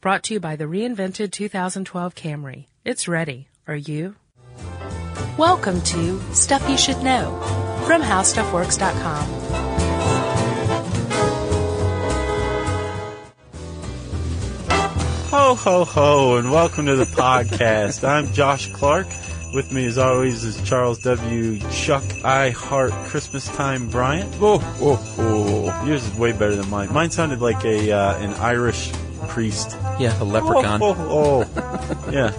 Brought to you by the reinvented 2012 Camry. It's ready. Are you? Welcome to Stuff You Should Know from HowStuffWorks.com. Ho, ho, ho, and welcome to the podcast. I'm Josh Clark. With me, as always, is Charles W. Chuck I Heart Christmas Time Bryant. Whoa, whoa, whoa. Yours is way better than mine. Mine sounded like a uh, an Irish priest. Yeah, a leprechaun. Oh, oh, oh. yeah.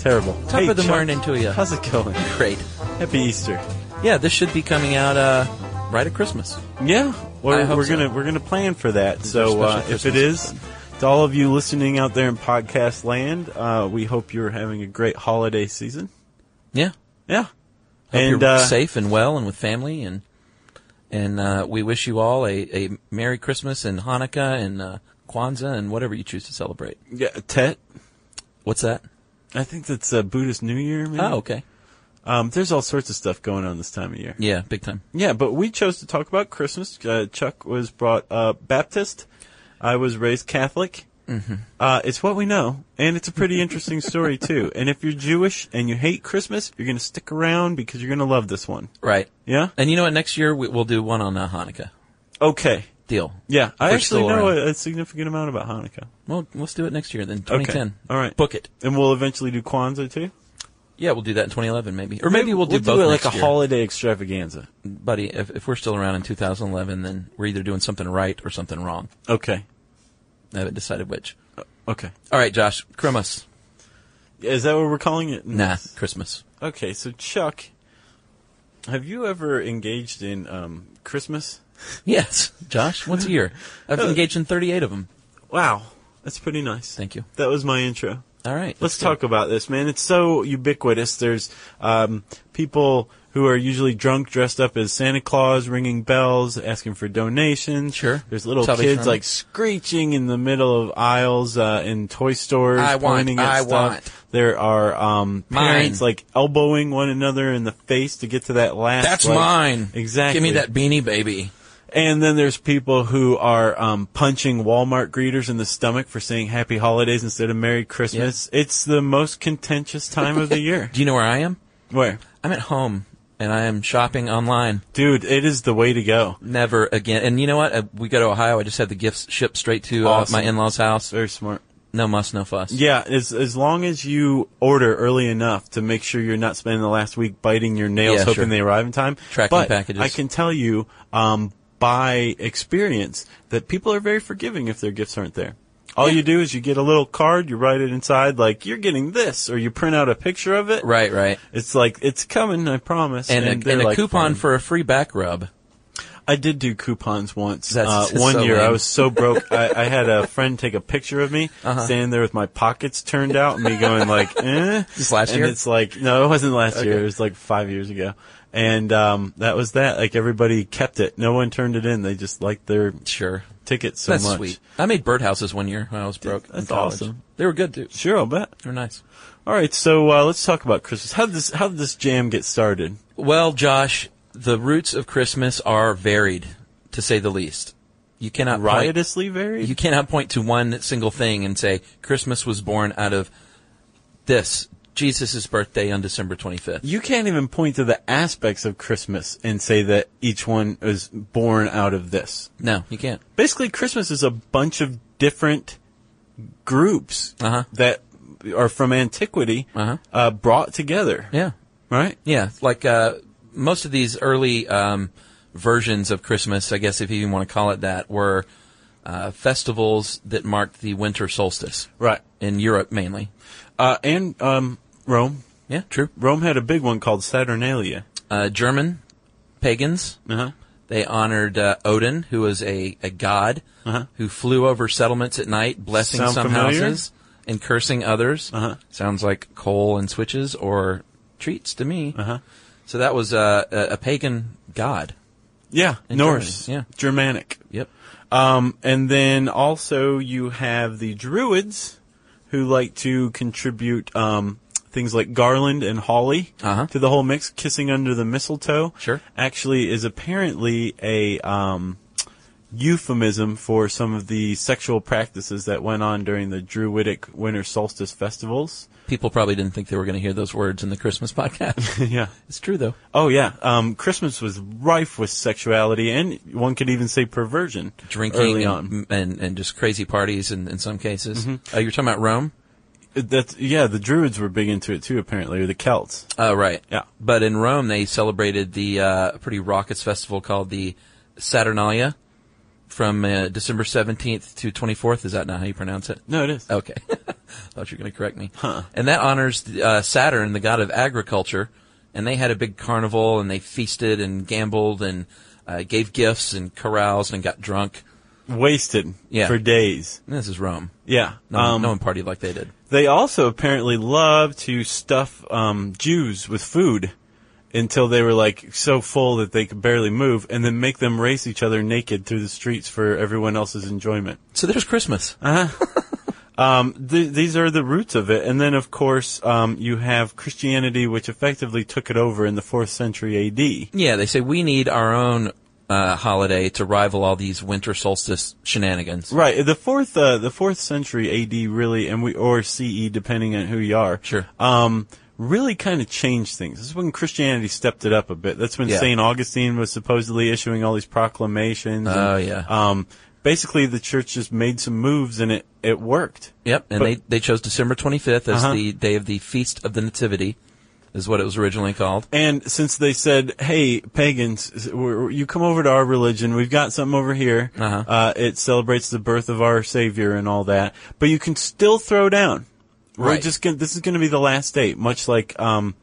Terrible. Top hey, of the Chuck, morning to you. How's it going? Great. Happy Easter. Yeah, this should be coming out uh, right at Christmas. Yeah, we're, I hope we're so. gonna we're gonna plan for that. our So special uh, if Christmas it is, episode. to all of you listening out there in podcast land, uh, we hope you're having a great holiday season. Yeah. Yeah, Hope and you're uh, safe and well and with family and and uh, we wish you all a, a Merry Christmas and Hanukkah and uh, Kwanzaa and whatever you choose to celebrate. yeah, Tet. What's that? I think that's uh, Buddhist New Year. Maybe? Oh, okay. um, there's all sorts of stuff going on this time of year. Yeah, big time. Yeah, but we chose to talk about Christmas. Uh, Chuck was brought up Baptist. I was raised Catholic. Mm-hmm. Uh, it's what we know, and it's a pretty interesting story too. And if you're Jewish and you hate Christmas, you're gonna stick around because you're gonna love this one. Right. Yeah. And you know what? Next year we, we'll do one on uh, Hanukkah. Okay. Deal. Yeah, I We're actually still know around. a, a significant amount about Hanukkah, Well, let's do it next year then. 2010. All right. Book it. and we'll eventually do Kwanzaa too. Yeah, we'll do that in 2011 maybe, or maybe, we'll do both it like next a year. holiday extravaganza. Buddy, if, if we're still around in 2011, then we're either doing something right or something wrong. Okay. I haven't decided which. Okay. All right, Josh. Christmas. Is that what we're calling it? Nah, Christmas. Okay, so Chuck, have you ever engaged in um, Christmas? Yes, Josh. Once a year. I've Uh, engaged in 38 of them. Wow, that's pretty nice. Thank you. That was my intro. All right. Let's do talk it. about this, man. It's so ubiquitous. There's um, people who are usually drunk, dressed up as Santa Claus, ringing bells, asking for donations. Sure. There's little Salvation kids Army. like screeching in the middle of aisles uh, in toy stores, I want, pointing at I stuff. want. There are um, Mine. parents like elbowing one another in the face to get to that last. That's like- mine. Exactly. Give me that beanie baby. And then there's people who are um, punching Walmart greeters in the stomach for saying Happy Holidays instead of Merry Christmas. It's the most contentious time of the year. Do you know where I am? Where? I'm at home and I am shopping online. Dude, it is the way to go. Never again. And you know what? Uh, we go to Ohio. I just had the gifts shipped straight to uh, Awesome. my in-laws' house. Very smart. No muss, no fuss. Yeah, as as long as you order early enough to make sure you're not spending the last week biting your nails Yeah, hoping sure. they arrive in time. Tracking but packages. I can tell you um, by experience that people are very forgiving if their gifts aren't there. All you do is you get a little card, you write it inside like you're getting this, or you print out a picture of it. Right, right. It's like it's coming, I promise. And, a, they're and a like, coupon fine. for a free back rub. I did do coupons once. That's uh, just one so year, I lame. was so broke. I, I had a friend take a picture of me standing there with my pockets turned out, and me going like, "Eh." Just last and year? it's like, no, it wasn't last year. Okay. It was like five years ago, and um, that was that. Like everybody kept it. No one turned it in. They just liked their Sure. ticket so That's much. sweet. I made birdhouses one year when I was broke. in that's college. awesome. They were good, too. Sure, I'll bet. They were nice. All right, so uh, let's talk about Christmas. How did this How did this jam get started? Well, Josh, the roots of Christmas are varied, to say the least. You cannot point, Riotously varied. you cannot point to one single thing and say Christmas was born out of this Jesus' birthday on December 25th. You can't even point to the aspects of Christmas and say that each one is born out of this. No, you can't. Basically, Christmas is a bunch of different groups Uh-huh. that are from antiquity Uh-huh. uh, brought together. Yeah, Right? yeah. Like uh, most of these early um, versions of Christmas, I guess if you even want to call it that, were uh, festivals that marked the winter solstice Right. in Europe mainly. Uh, and um, Rome. Yeah, true. Rome had a big one called Saturnalia. Uh, German pagans Uh-huh. They honored uh, Odin, who was a, a god Uh-huh. who flew over settlements at night, blessing Sound some familiar? houses and cursing others. Uh-huh. Sounds like coal and switches or treats to me. Uh-huh. So that was uh, a, a pagan god. Yeah. In Norse. Germany, yeah. Germanic. Yep. Um, and then also you have the druids who like to contribute um, things like garland and holly Uh-huh. to the whole mix. Kissing under the mistletoe Sure. actually is apparently a um, euphemism for some of the sexual practices that went on during the Druidic winter solstice festivals. People probably didn't think they were going to hear those words in the Christmas podcast. yeah. it's true though. Oh yeah. Um, Christmas was rife with sexuality, and one could even say perversion. Drinking early and, on. Mm-hmm. and and just crazy parties in, in some cases. Uh, you're talking about Rome, That's yeah. The Druids were big into it too, apparently, or the Celts. uh, right? Yeah. But in Rome, they celebrated the uh, pretty raucous festival called the Saturnalia, from uh, December 17th to 24th. Is that not how you pronounce it? No, it is. Okay. Thought you were going to correct me. And that honors uh, Saturn, the god of agriculture. And they had a big carnival and they feasted and gambled and uh, gave gifts and caroused and got drunk. Wasted Yeah. for days. And this is Rome. Yeah. No, one- no one partied like they did. They also apparently loved to stuff um, Jews with food until they were like so full that they could barely move, and then make them race each other naked through the streets for everyone else's enjoyment. Um, So there's Christmas. Th- these are the roots of it, and then of course um, you have Christianity, which effectively took it over in the fourth century A.D. yeah, they say we need our own uh, holiday to rival all these winter solstice shenanigans. Right, the fourth uh, the fourth century A.D. really, and we or C.E. depending on who you are. Sure. Um, really kind of changed things. This is when Christianity stepped it up a bit. That's when Yeah. Saint Augustine was supposedly issuing all these proclamations. and, Oh, yeah. Um, basically, the church just made some moves, and it it worked. Yep, and But- they, they chose December 25th as Uh-huh. the day of the Feast of the Nativity, is what it was originally called. And since they said, "Hey, pagans, s- we're, we're- you come over to our religion. We've got something over here. Uh-huh. Uh, it celebrates the birth of our Savior and all that, but you can still throw down. We're Right. just gonna, this is going to be the last day, much like um,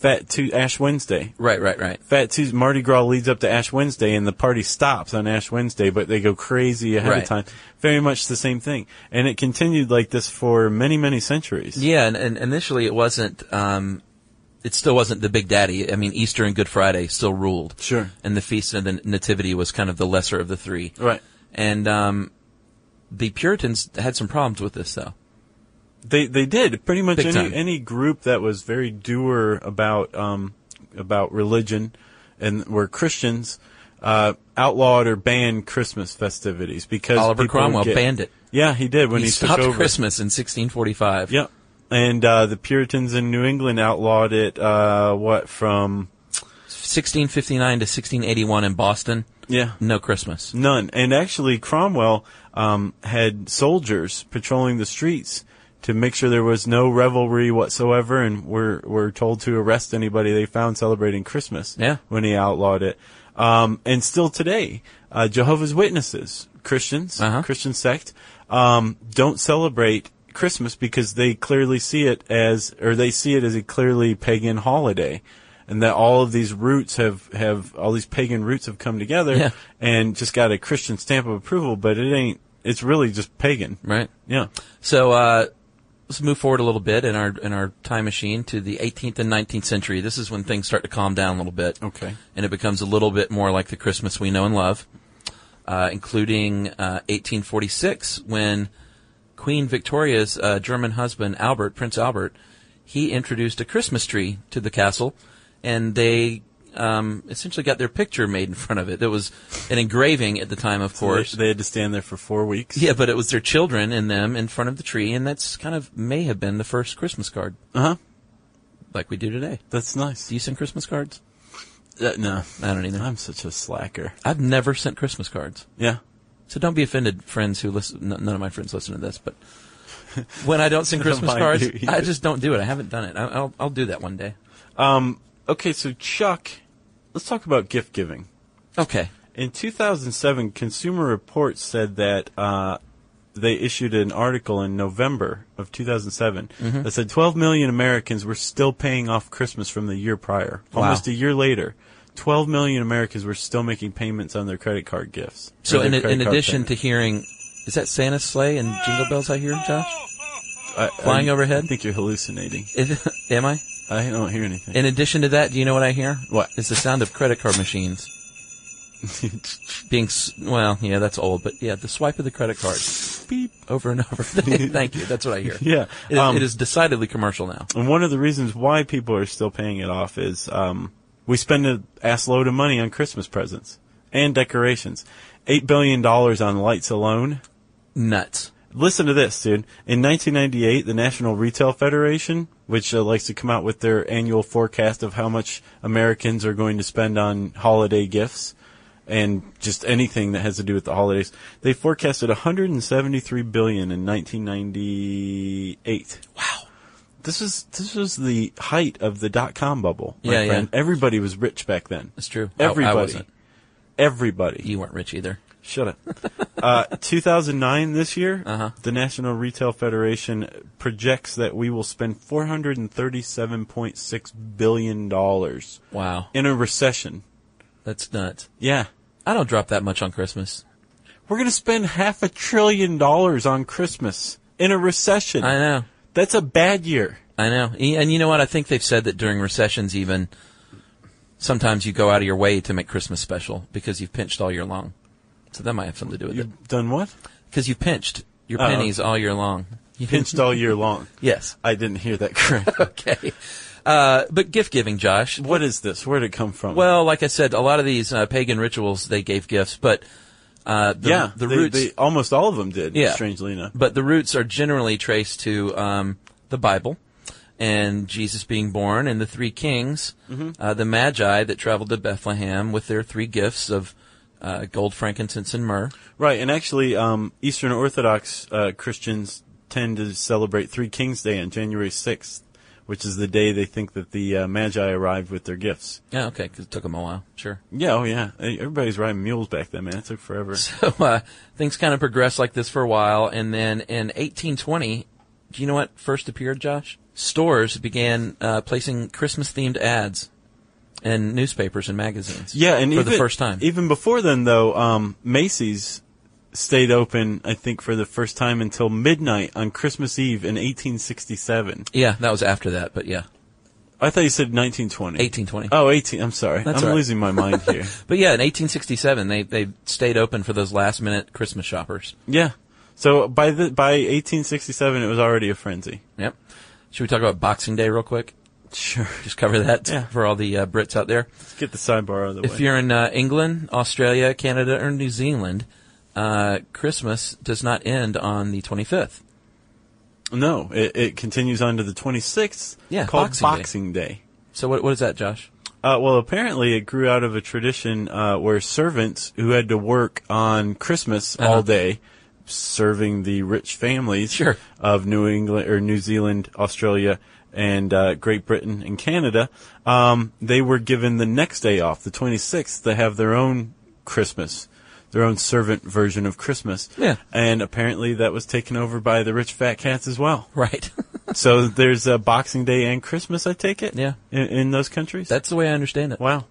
Fat Tu Ash Wednesday. Right, right, right. Fat Tuesday, Mardi Gras leads up to Ash Wednesday, and the party stops on Ash Wednesday, but they go crazy ahead Right. of time. Very much the same thing, and it continued like this for many, many centuries. Yeah, and, and initially it wasn't. Um, it still wasn't the Big Daddy. I mean, Easter and Good Friday still ruled. Sure. And the Feast of the Nativity was kind of the lesser of the three. Right. And um, the Puritans had some problems with this, though. They they did pretty much Big any time. any group that was very doer about um about religion and were Christians uh, outlawed or banned Christmas festivities because Oliver people would Cromwell get- banned it. Yeah, he did when he, he took stopped over. Christmas in 1645. Yep, and uh, the Puritans in New England outlawed it. Uh, what from? 1659 to 1681 in Boston. Yeah, No Christmas. None. And actually, Cromwell um, had soldiers patrolling the streets to make sure there was no revelry whatsoever, and were were told to arrest anybody they found celebrating Christmas. Yeah. When he outlawed it, um, and still today, uh, Jehovah's Witnesses, Christians, Uh-huh. Christian sect, um, don't celebrate. Christmas because they clearly see it as, or they see it as a clearly pagan holiday, and that all of these roots have have all these pagan roots have come together, Yeah. and just got a Christian stamp of approval, but it ain't. It's really just pagan. Right. Yeah. So uh, let's move forward a little bit in our in our time machine to the 18th and 19th century. This is when things start to calm down a little bit. Okay. and it becomes a little bit more like the Christmas we know and love, uh, including uh, 1846 when Queen Victoria's uh, German husband Albert, Prince Albert, he introduced a Christmas tree to the castle, and they um, essentially got their picture made in front of it. There was an engraving at the time, of course. They, they had to stand there for four weeks. yeah, but it was their children and them in front of the tree, and that's kind of may have been the first Christmas card Uh huh. like we do today. That's nice. Do you send Christmas cards? Uh, no, I don't either. I'm such a slacker. I've never sent Christmas cards. Yeah. So don't be offended, friends who listen. n- None of my friends listen to this, but when I don't send None of Christmas mine cards, do either. I just don't do it. I haven't done it. I- I'll I'll do that one day. Okay, so Chuck, let's talk about gift giving. Okay. In 2007, Consumer Reports said that uh, they issued an article in November of 2007 Mm-hmm. that said 12 million Americans were still paying off Christmas from the year prior. Wow. Almost a year later, 12 million Americans were still making payments on their credit card gifts. or So their in credit in card addition payments. to hearing, is that Santa's sleigh and jingle bells I hear, Josh? I, flying I, overhead? I think you're hallucinating. Is- am I? I don't hear anything. In addition to that, do you know what I hear? What? It's the sound of credit card machines being s- well, yeah, that's old, but yeah, the swipe of the credit card Beep. over and over. Thank you. That's what I hear. Yeah, It- um, it is decidedly commercial now. And one of the reasons why people are still paying it off is um, we spend an ass load of money on Christmas presents and decorations. eight billion dollars on lights alone. Nuts. Listen to this, dude. In 1998, the National Retail Federation, which uh, likes to come out with their annual forecast of how much Americans are going to spend on holiday gifts and just anything that has to do with the holidays, they forecasted 173 billion in 1998. Wow. This is this was the height of the dot com bubble. my Yeah, yeah. friend. Everybody was rich back then. That's true. I- I Everybody. wasn't. Everybody. You weren't rich either. Shut up. uh, 2009 this year, Uh-huh. the National Retail Federation projects that we will spend 437.6 billion dollars Wow. in a recession. That's nuts. Yeah. I don't drop that much on Christmas. We're going to spend half a trillion dollars on Christmas in a recession. I know. That's a bad year. I know. E- And you know what? I think they've said that during recessions, even sometimes you go out of your way to make Christmas special because you've pinched all year long. So that might have something to do with it. You've done what? Because you've pinched your Oh. pennies all year long. You- Pinched all year long. yes. I didn't hear that correct. Okay. Uh, but gift giving, Josh. what is this? Where did it come from? Well, like I said, a lot of these uh, pagan rituals they gave gifts, but uh, the, yeah, the they- roots, they- almost all of them did. Yeah. strangely enough. but the roots are generally traced to um, the Bible and Jesus being born and the three kings, uh, the Magi that traveled to Bethlehem with their three gifts of uh, gold, frankincense, and myrrh. Right, and actually, um, Eastern Orthodox uh, Christians tend to celebrate Three Kings Day on January 6th, which is the day they think that the uh, Magi arrived with their gifts. Yeah, okay, 'cause it took them a while. Sure. Yeah, oh yeah. Hey, Everybody's riding mules back then, man. It took forever. So uh, things kind of progressed like this for a while, and then in 1820, do you know what first appeared, Josh? Stores began uh, placing Christmas-themed ads in newspapers and magazines. Yeah, and for even, the first time. Even before then, though, um, Macy's stayed open, I think, for the first time until midnight on Christmas Eve in 1867. yeah, that was after that, but yeah, I thought you said 1920. 1820. Oh, 18. I'm sorry. That's I'm all right. losing my mind here. But yeah, in 1867, they they stayed open for those last-minute Christmas shoppers. yeah. So by the by 1867, it was already a frenzy. Yep. Should we talk about Boxing Day real quick? Sure. Just cover that Yeah. for all the uh, Brits out there. Let's get the sidebar out of the If way. you're in uh, England, Australia, Canada, or New Zealand, uh, Christmas does not end on the 25th. No, it, it continues on to the 26th, Yeah, called Boxing Day. Day. So what what is that, Josh? Uh, well, apparently it grew out of a tradition uh, where servants who had to work on Christmas Uh-huh. all day, serving the rich families Sure. of New England or New Zealand, Australia, and uh, Great Britain and Canada, um, they were given the next day off, the 26th, to have their own Christmas. Their own servant version of Christmas, Yeah. and apparently that was taken over by the rich fat cats as well. Right. so there's uh, Boxing Day and Christmas. I take it, Yeah. in, in those countries. That's the way I understand it. Wow.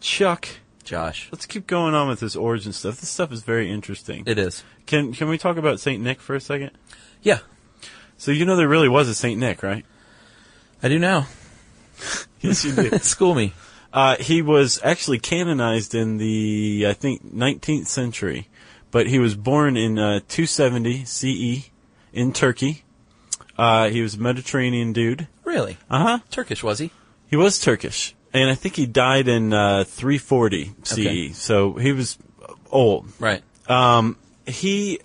Chuck, Josh. let's keep going on with this origin stuff. This stuff is very interesting. It is. Can can we talk about Saint Nick for a second? Yeah. So you know there really was a Saint Nick, right? I do now. Yes, you do. School me. uh, he was actually canonized in the I think 19th century, but he was born in uh, 270 CE E in Turkey. Uh, he was a Mediterranean dude. Really? Uh huh. Turkish was he? He was Turkish, and I think he died in uh, 340 CE. Okay. E. So he was old. Right. he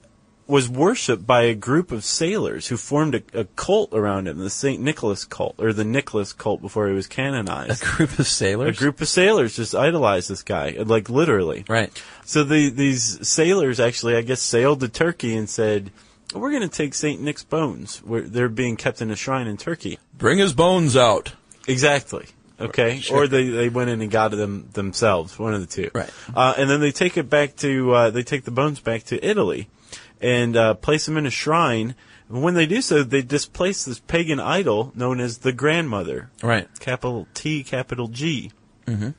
was worshipped by a group of sailors who formed a, a cult around him, the St. Nicholas cult, or the Nicholas cult before he was A canonized. group of A sailors. group of sailors just idolized this guy, like literally. Right. So the, these sailors actually, I guess, sailed to Turkey and said, we're going to take St. Nick's bones. We're, they're being kept in a shrine in Turkey. Bring his bones out. Exactly. Okay. Sure. Or they, they went in and got them themselves, one of the two. Right. Uh, and then they take it back to, uh, they take the bones back to Italy and uh, place them in a shrine. And when they do so, they displace this pagan idol known as the grandmother. Right. Capital T, capital G. Mm-hmm.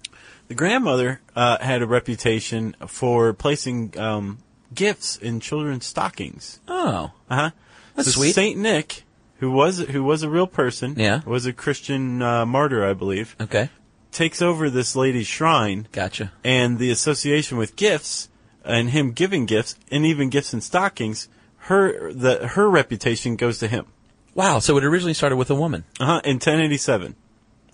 The grandmother uh, had a reputation for placing um, gifts in children's stockings. Oh. Uh-huh. That's So sweet. Saint Nick, who was who was a real person, Yeah. was a Christian uh, martyr, I believe, Okay. takes over this lady's shrine Gotcha. and the association with gifts and him giving gifts and even gifts and stockings. Her the her reputation goes to him. Wow. So it originally started with a woman. Uh huh. In 1087,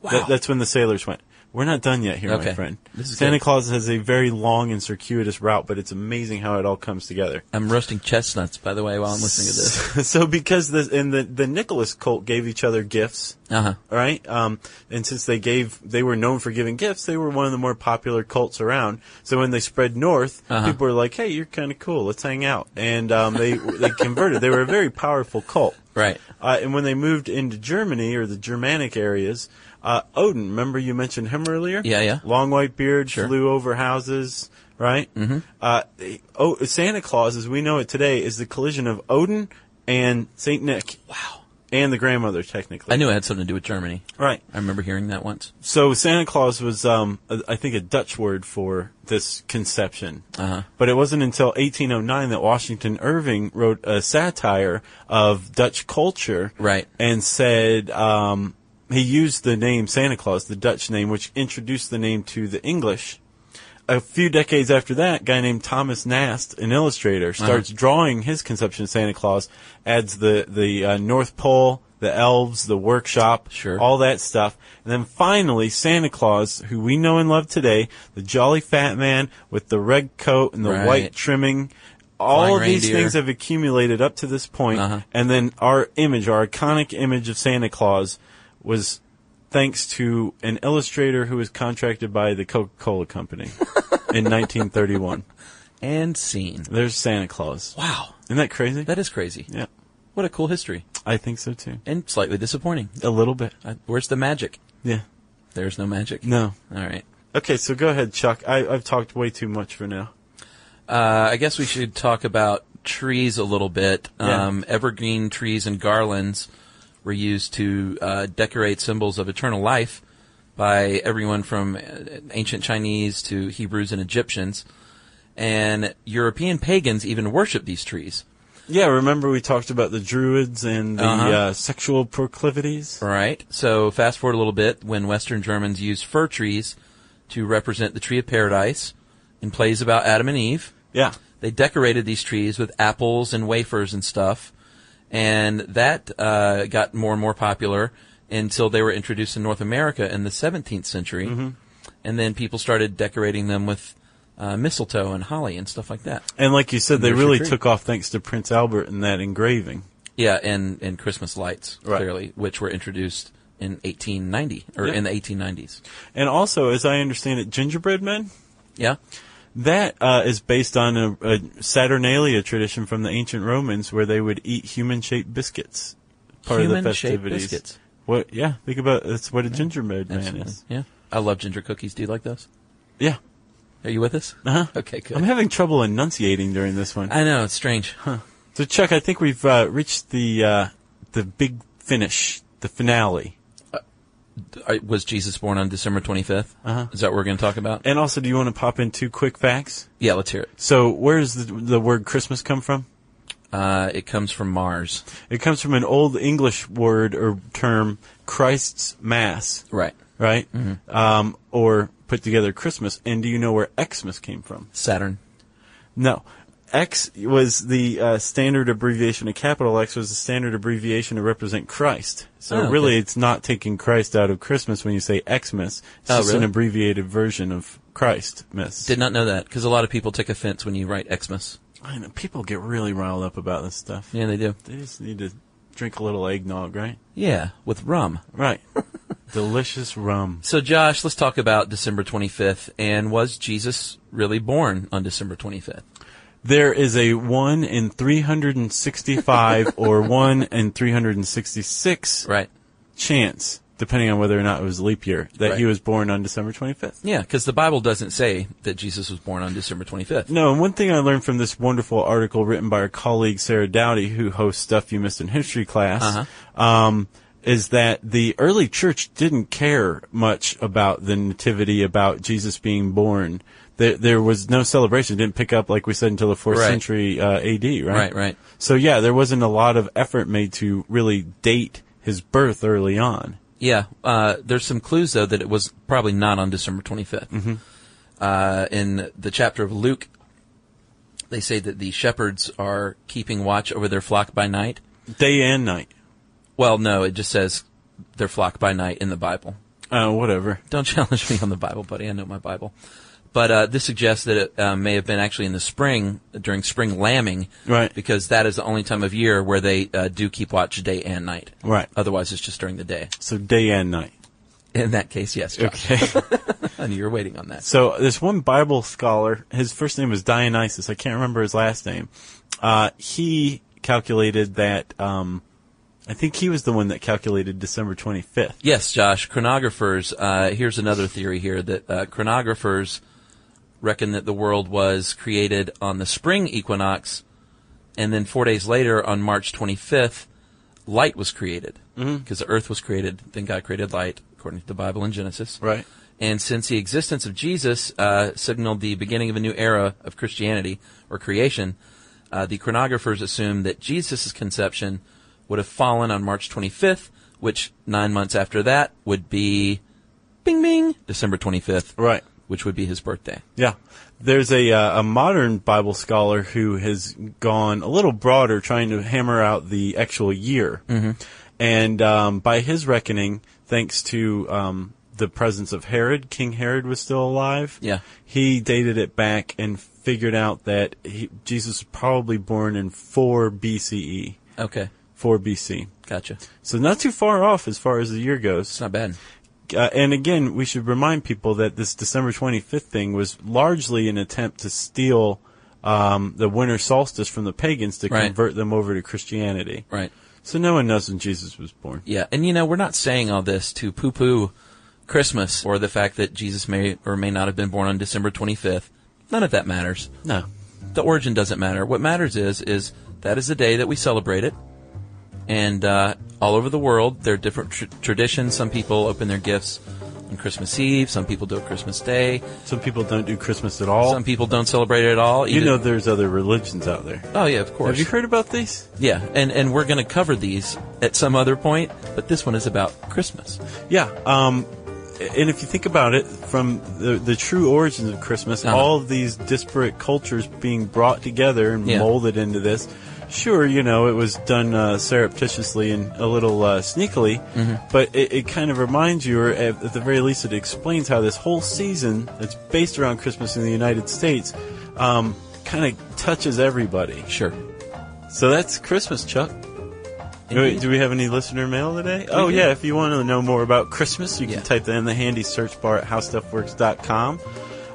Wow. That- that's when the sailors went. We're not done yet here, my Okay. friend. This is Santa good. Claus has a very long and circuitous route, but it's amazing how it all comes together. I'm roasting chestnuts, by the way, while I'm listening to this. so because the and the the Nicholas cult gave each other gifts, Uh huh. all right? Um, and since they gave, they were known for giving gifts, they were one of the more popular cults around. So when they spread north, Uh-huh. people were like, "Hey, you're kind of cool. Let's hang out." And um, they they converted. They were a very powerful cult. Right. Uh, and when they moved into Germany or the Germanic areas, uh, Odin, remember you mentioned him earlier? Yeah, yeah. Long white beard, Sure. flew over houses, right? Mm-hmm. Uh, oh, Santa Claus, as we know it today, is the collision of Odin and Saint Nick. Wow. And the grandmother, technically. I knew it had something to do with Germany. Right. I remember hearing that once. So Santa Claus was, um, a- I think, a Dutch word for this conception. Uh-huh. But it wasn't until 1809 that Washington Irving wrote a satire of Dutch culture. Right. And said um, he used the name Santa Claus, the Dutch name, which introduced the name to the English. A few decades after that, a guy named Thomas Nast, an illustrator, Uh-huh. starts drawing his conception of Santa Claus, adds the the uh, North Pole, the elves, the workshop, Sure. all that stuff. And then finally, Santa Claus, who we know and love today, the jolly fat man with the red coat and the Right. white trimming. All Flying of these reindeer. things have accumulated up to this point, Uh-huh. and then our image, our iconic image of Santa Claus, was thanks to an illustrator who was contracted by the Coca-Cola Company in 1931. And scene. There's Santa Claus. Wow. Isn't that crazy? That is crazy. yeah, What a cool history. I think so too. And slightly disappointing. A little bit. I, where's the magic? Yeah. There's no magic. No. All right. Okay, so go ahead, Chuck. I, I've talked way too much for now. Uh, I guess we should talk about trees a little bit. Yeah. Um, evergreen trees and garlands were used to uh, decorate symbols of eternal life by everyone from uh, ancient Chinese to Hebrews and Egyptians. And European pagans even worshiped these trees. Yeah, remember we talked about the Druids and the Uh-huh. uh, sexual proclivities? All right. So fast forward a little bit when Western Germans used fir trees to represent the tree of paradise in plays about Adam and Eve. Yeah. They decorated these trees with apples and wafers and stuff, and that uh, got more and more popular until they were introduced in North America in the 17th century, Mm-hmm. and then people started decorating them with uh, mistletoe and holly and stuff like that. And like you said, they There's your really tree. took off thanks to Prince Albert and that engraving. Yeah, and and Christmas lights Right. clearly, which were introduced in 1890 or Yeah. in the 1890s. And also, as I understand it, gingerbread men? Yeah. That uh, is based on a, a Saturnalia tradition from the ancient Romans where they would eat human-shaped biscuits. Part of the Human-shaped festivities. biscuits. What? Yeah, think about that's what a gingerbread man Absolutely. is. Yeah. I love ginger cookies. Do you like those? Yeah, Are you with us? Uh-huh. Okay, good. I'm having trouble enunciating during this one. I know, it's strange. So, Chuck, I think we've uh, reached the uh, the big finish, the finale. I- was Jesus born on December 25th? Uh-huh. Is that what we're going to talk about? And also, do you want to pop in two quick facts? Yeah, let's hear it. So, where does the, the word Christmas come from? Uh, it comes from Mars. It comes from an old English word or term, Christ's Mass, Right. right? Um, or put together Christmas. And do you know where Xmas came from? Saturn. No. X was the uh, standard abbreviation, a capital X was the standard abbreviation to represent Christ. So Oh, okay. really, it's not taking Christ out of Christmas when you say Xmas. It's Oh, just an really? abbreviated version of Christ. Miss. Did not know that because a lot of people take offense when you write Xmas. I know, people get really riled up about this stuff. Yeah, they do. They just need to drink a little eggnog, right? Yeah, with rum. Right. Delicious rum. So, Josh, let's talk about December 25th. And was Jesus really born on December 25th? There is a 1 in 365 or 1 in 366 Right. chance, depending on whether or not it was leap year, that Right. he was born on December 25th. Yeah, because the Bible doesn't say that Jesus was born on December 25th. No, and one thing I learned from this wonderful article written by our colleague Sarah Dowdy, who hosts Stuff You Missed in History class, Uh-huh. um, is that the early church didn't care much about the nativity, about Jesus being born. There, there was no celebration. It didn't pick up, like we said, until the fourth Right. century uh, AD, right? Right, right. So yeah, there wasn't a lot of effort made to really date his birth early on. Yeah, uh, there's some clues though that it was probably not on December 25th. Mm-hmm. Uh, in the chapter of Luke, they say that the shepherds are keeping watch over their flock by night. Day and night. Well, no, it just says their flock by night in the Bible. Uh, whatever. Don't challenge me on the Bible, buddy. I know my Bible. But uh, this suggests that it uh, may have been actually in the spring during spring lambing, Right. Because that is the only time of year where they uh, do keep watch day and night, Right. Otherwise, it's just during the day. Uh, So day and night. In that case, yes, Josh. Okay. and you're waiting on that. so this one Bible scholar, his first name was Dionysius. I can't remember his last name. Uh, he calculated that. Um, I think he was the one that calculated December 25th. Yes, Josh. Chronographers. Uh, here's another theory here that uh, chronographers reckon that the world was created on the spring equinox, and then four days later, on March 25th, light was created Mm-hmm. because the Earth was created. Then God created light, according to the Bible in Genesis. Right. And since the existence of Jesus uh, signaled the beginning of a new era of Christianity or creation, uh, the chronographers assumed that Jesus' conception would have fallen on March 25th, which nine months after that would be, bing bing, December 25th, Right. which would be his birthday. Yeah. There's a, uh, a modern Bible scholar who has gone a little broader trying to hammer out the actual year. Mm-hmm. And um, by his reckoning, thanks to um, the presence of Herod, King Herod was still alive. Yeah. He dated it back and figured out that he, Jesus was probably born in 4 BCE. Okay, 4 BC. gotcha. It's So not too far off as far as the year goes not bad. uh, and again, we should remind people that this December 25th thing was largely an attempt to steal um, the winter solstice from the pagans to Right. convert them over to Christianity. Right. So no one knows when Jesus was born. Yeah, and you know, we're not saying all this to poo poo Christmas or the fact that Jesus may or may not have been born on December 25th. None of that matters. No. the origin doesn't matter. What matters is is that is the day that we celebrate it, and uh, all over the world there are different tr- traditions. Some people open their gifts on Christmas Eve. Some people do it Christmas Day. Some people don't do Christmas at all. Some people don't celebrate it at all. you Even- know there's other religions out there. Oh yeah, of course. Have you heard about these? yeah, and and we're going to cover these at some other point, but this one is about Christmas. Yeah. Um, and if you think about it, from the, the true origins of Christmas, Uh-huh. all of these disparate cultures being brought together and Yeah. molded into this. Sure, you know, it was done uh, surreptitiously and a little uh, sneakily, Mm-hmm. but it, it kind of reminds you, or at, at the very least, it explains how this whole season that's based around Christmas in the United States um, kind of touches everybody. Sure. So that's Christmas, Chuck. Wait, do we have any listener mail today? oh, do. yeah. If you want to know more about Christmas, you can Yeah. type that in the handy search bar at howstuffworks.com,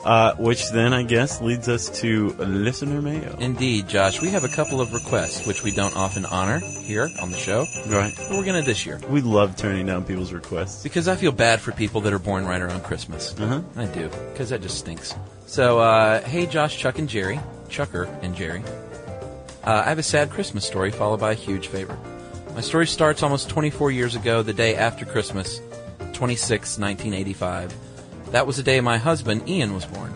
uh, which then, I guess, leads us to listener mail. Indeed, Josh. We have a couple of requests which we don't often honor here on the show, Right. but we're going to this year. We love turning down people's requests. Because I feel bad for people that are born right around Christmas. I do, because that just stinks. So, uh, hey, Josh, Chuck, and Jerry. Chucker and Jerry. Uh, I have a sad Christmas story followed by a huge favor. My story starts almost 24 years ago, the day after Christmas, 26, 1985. That was the day my husband, Ian, was born.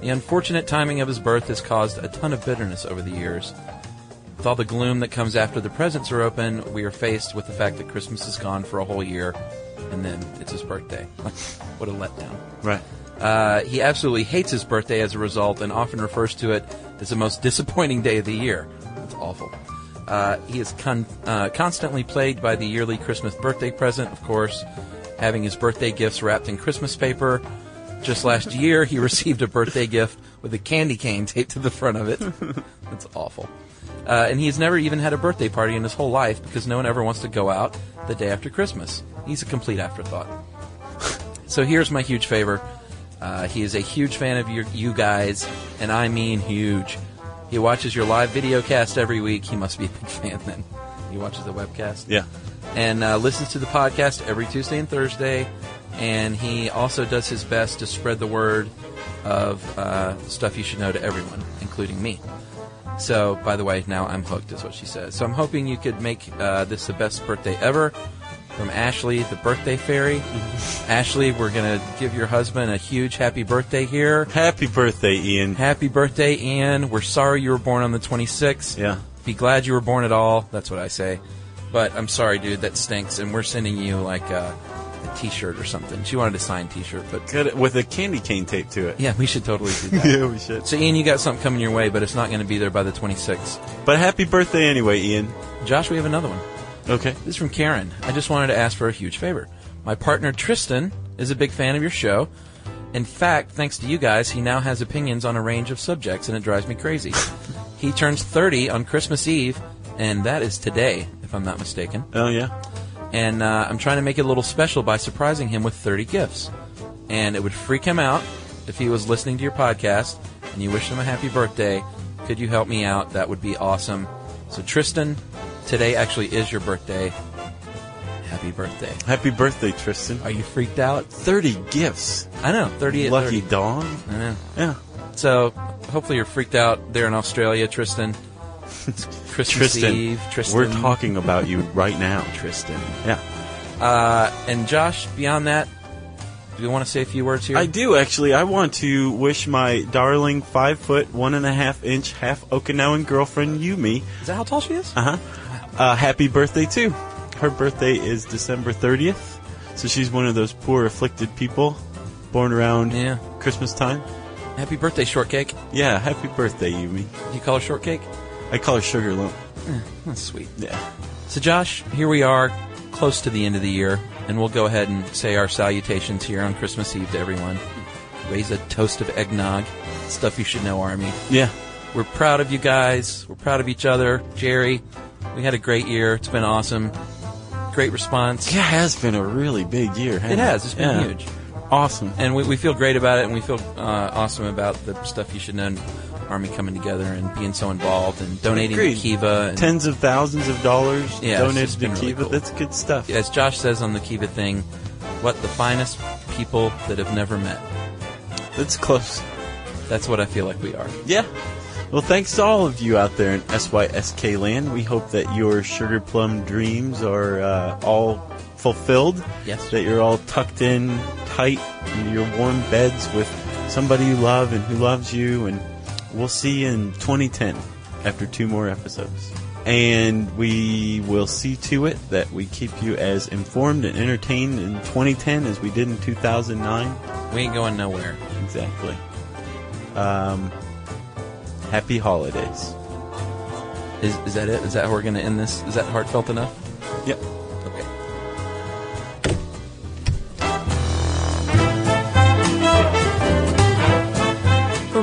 The unfortunate timing of his birth has caused a ton of bitterness over the years. With all the gloom that comes after the presents are open, we are faced with the fact that Christmas is gone for a whole year, and then it's his birthday. what a letdown. Right. Uh, he absolutely hates his birthday as a result and often refers to it as the most disappointing day of the year. It's awful. Uh, he is con- uh, constantly plagued by the yearly Christmas birthday present, of course, having his birthday gifts wrapped in Christmas paper. Just last year, he received a birthday gift with a candy cane taped to the front of it. That's awful. Uh, and he's never even had a birthday party in his whole life because no one ever wants to go out the day after Christmas. He's a complete afterthought. So here's my huge favor. Uh, he is a huge fan of your, you guys, and I mean huge. He watches your live video cast every week. He must be a big fan then. He watches the webcast. Yeah. And uh, listens to the podcast every Tuesday and Thursday. And he also does his best to spread the word of uh, stuff you should know to everyone, including me. So, by the way, now I'm hooked, is what she says. So, I'm hoping you could make uh, this the best birthday ever. From Ashley, the birthday fairy. Ashley, we're going to give your husband a huge happy birthday here. Happy birthday, Ian. Happy birthday, Ian. We're sorry you were born on the 26th. Yeah. Be glad you were born at all. That's what I say. But I'm sorry, dude. That stinks. And we're sending you, like, a, a t shirt or something. She wanted a signed t shirt, but Good, with a candy cane taped to it. yeah, we should totally do that. Yeah, we should. So, Ian, you got something coming your way, but it's not going to be there by the 26th. But happy birthday anyway, Ian. Josh, we have another one. Okay. This is from Karen. I just wanted to ask for a huge favor. My partner Tristan is a big fan of your show. In fact, thanks to you guys, he now has opinions on a range of subjects, and it drives me crazy. he turns 30 on Christmas Eve, and that is today, if I'm not mistaken. Oh yeah. And uh, I'm trying to make it a little special by surprising him with 30 gifts. And it would freak him out if he was listening to your podcast and you wished him a happy birthday. Could you help me out? That would be awesome. So, Tristan, today actually is your birthday. Happy birthday. Happy birthday, Tristan. Are you freaked out? Thirty gifts. I know, 30 at Lucky 30. dog. I know. Yeah. So hopefully you're freaked out there in Australia, Tristan. It's Christmas Tristan, Eve, Tristan. We're talking about you right now. Tristan. Yeah. Uh, and Josh, beyond that, do you want to say a few words here? I do actually. I want to wish my darling five foot one and a half inch half Okinawan girlfriend Yumi Is that how tall she is? uh-huh, a happy birthday too. Her birthday is December thirtieth, so she's one of those poor afflicted people born around Yeah. Christmas time. Happy birthday, shortcake. Yeah, happy birthday, Yumi. You call her shortcake? I call her Sugar Lump. That's sweet. Yeah. So, Josh, here we are, close to the end of the year, and we'll go ahead and say our salutations here on Christmas Eve to everyone. Raise a toast of eggnog, stuff you should know, Army. Yeah. We're proud of you guys. We're proud of each other. Jerry, we had a great year. It's been awesome. Great response. It has been a really big year. It hasn't has. It's been Yeah. huge. Awesome. And we, we feel great about it, and we feel uh, awesome about the stuff you should know Army coming together and being so involved and donating to Agreed. Kiva. And, Tens of thousands of dollars Yeah, it's donated just to been really Kiva. cool. That's good stuff. as Josh says on the Kiva thing, what the finest people that have never met. That's close. That's what I feel like we are. Yeah. Well, thanks to all of you out there in SYSK land. We hope that your sugar plum dreams are uh, all fulfilled. Yes. That you're all tucked in tight in your warm beds with somebody you love and who loves you. And we'll see you in 2010 after two more episodes. And we will see to it that we keep you as informed and entertained in 2010 as we did in 2009. We ain't going nowhere. Exactly. Um, happy holidays. Is, is that it? Is that how we're going to end this? Is that heartfelt enough? Yep. Okay. For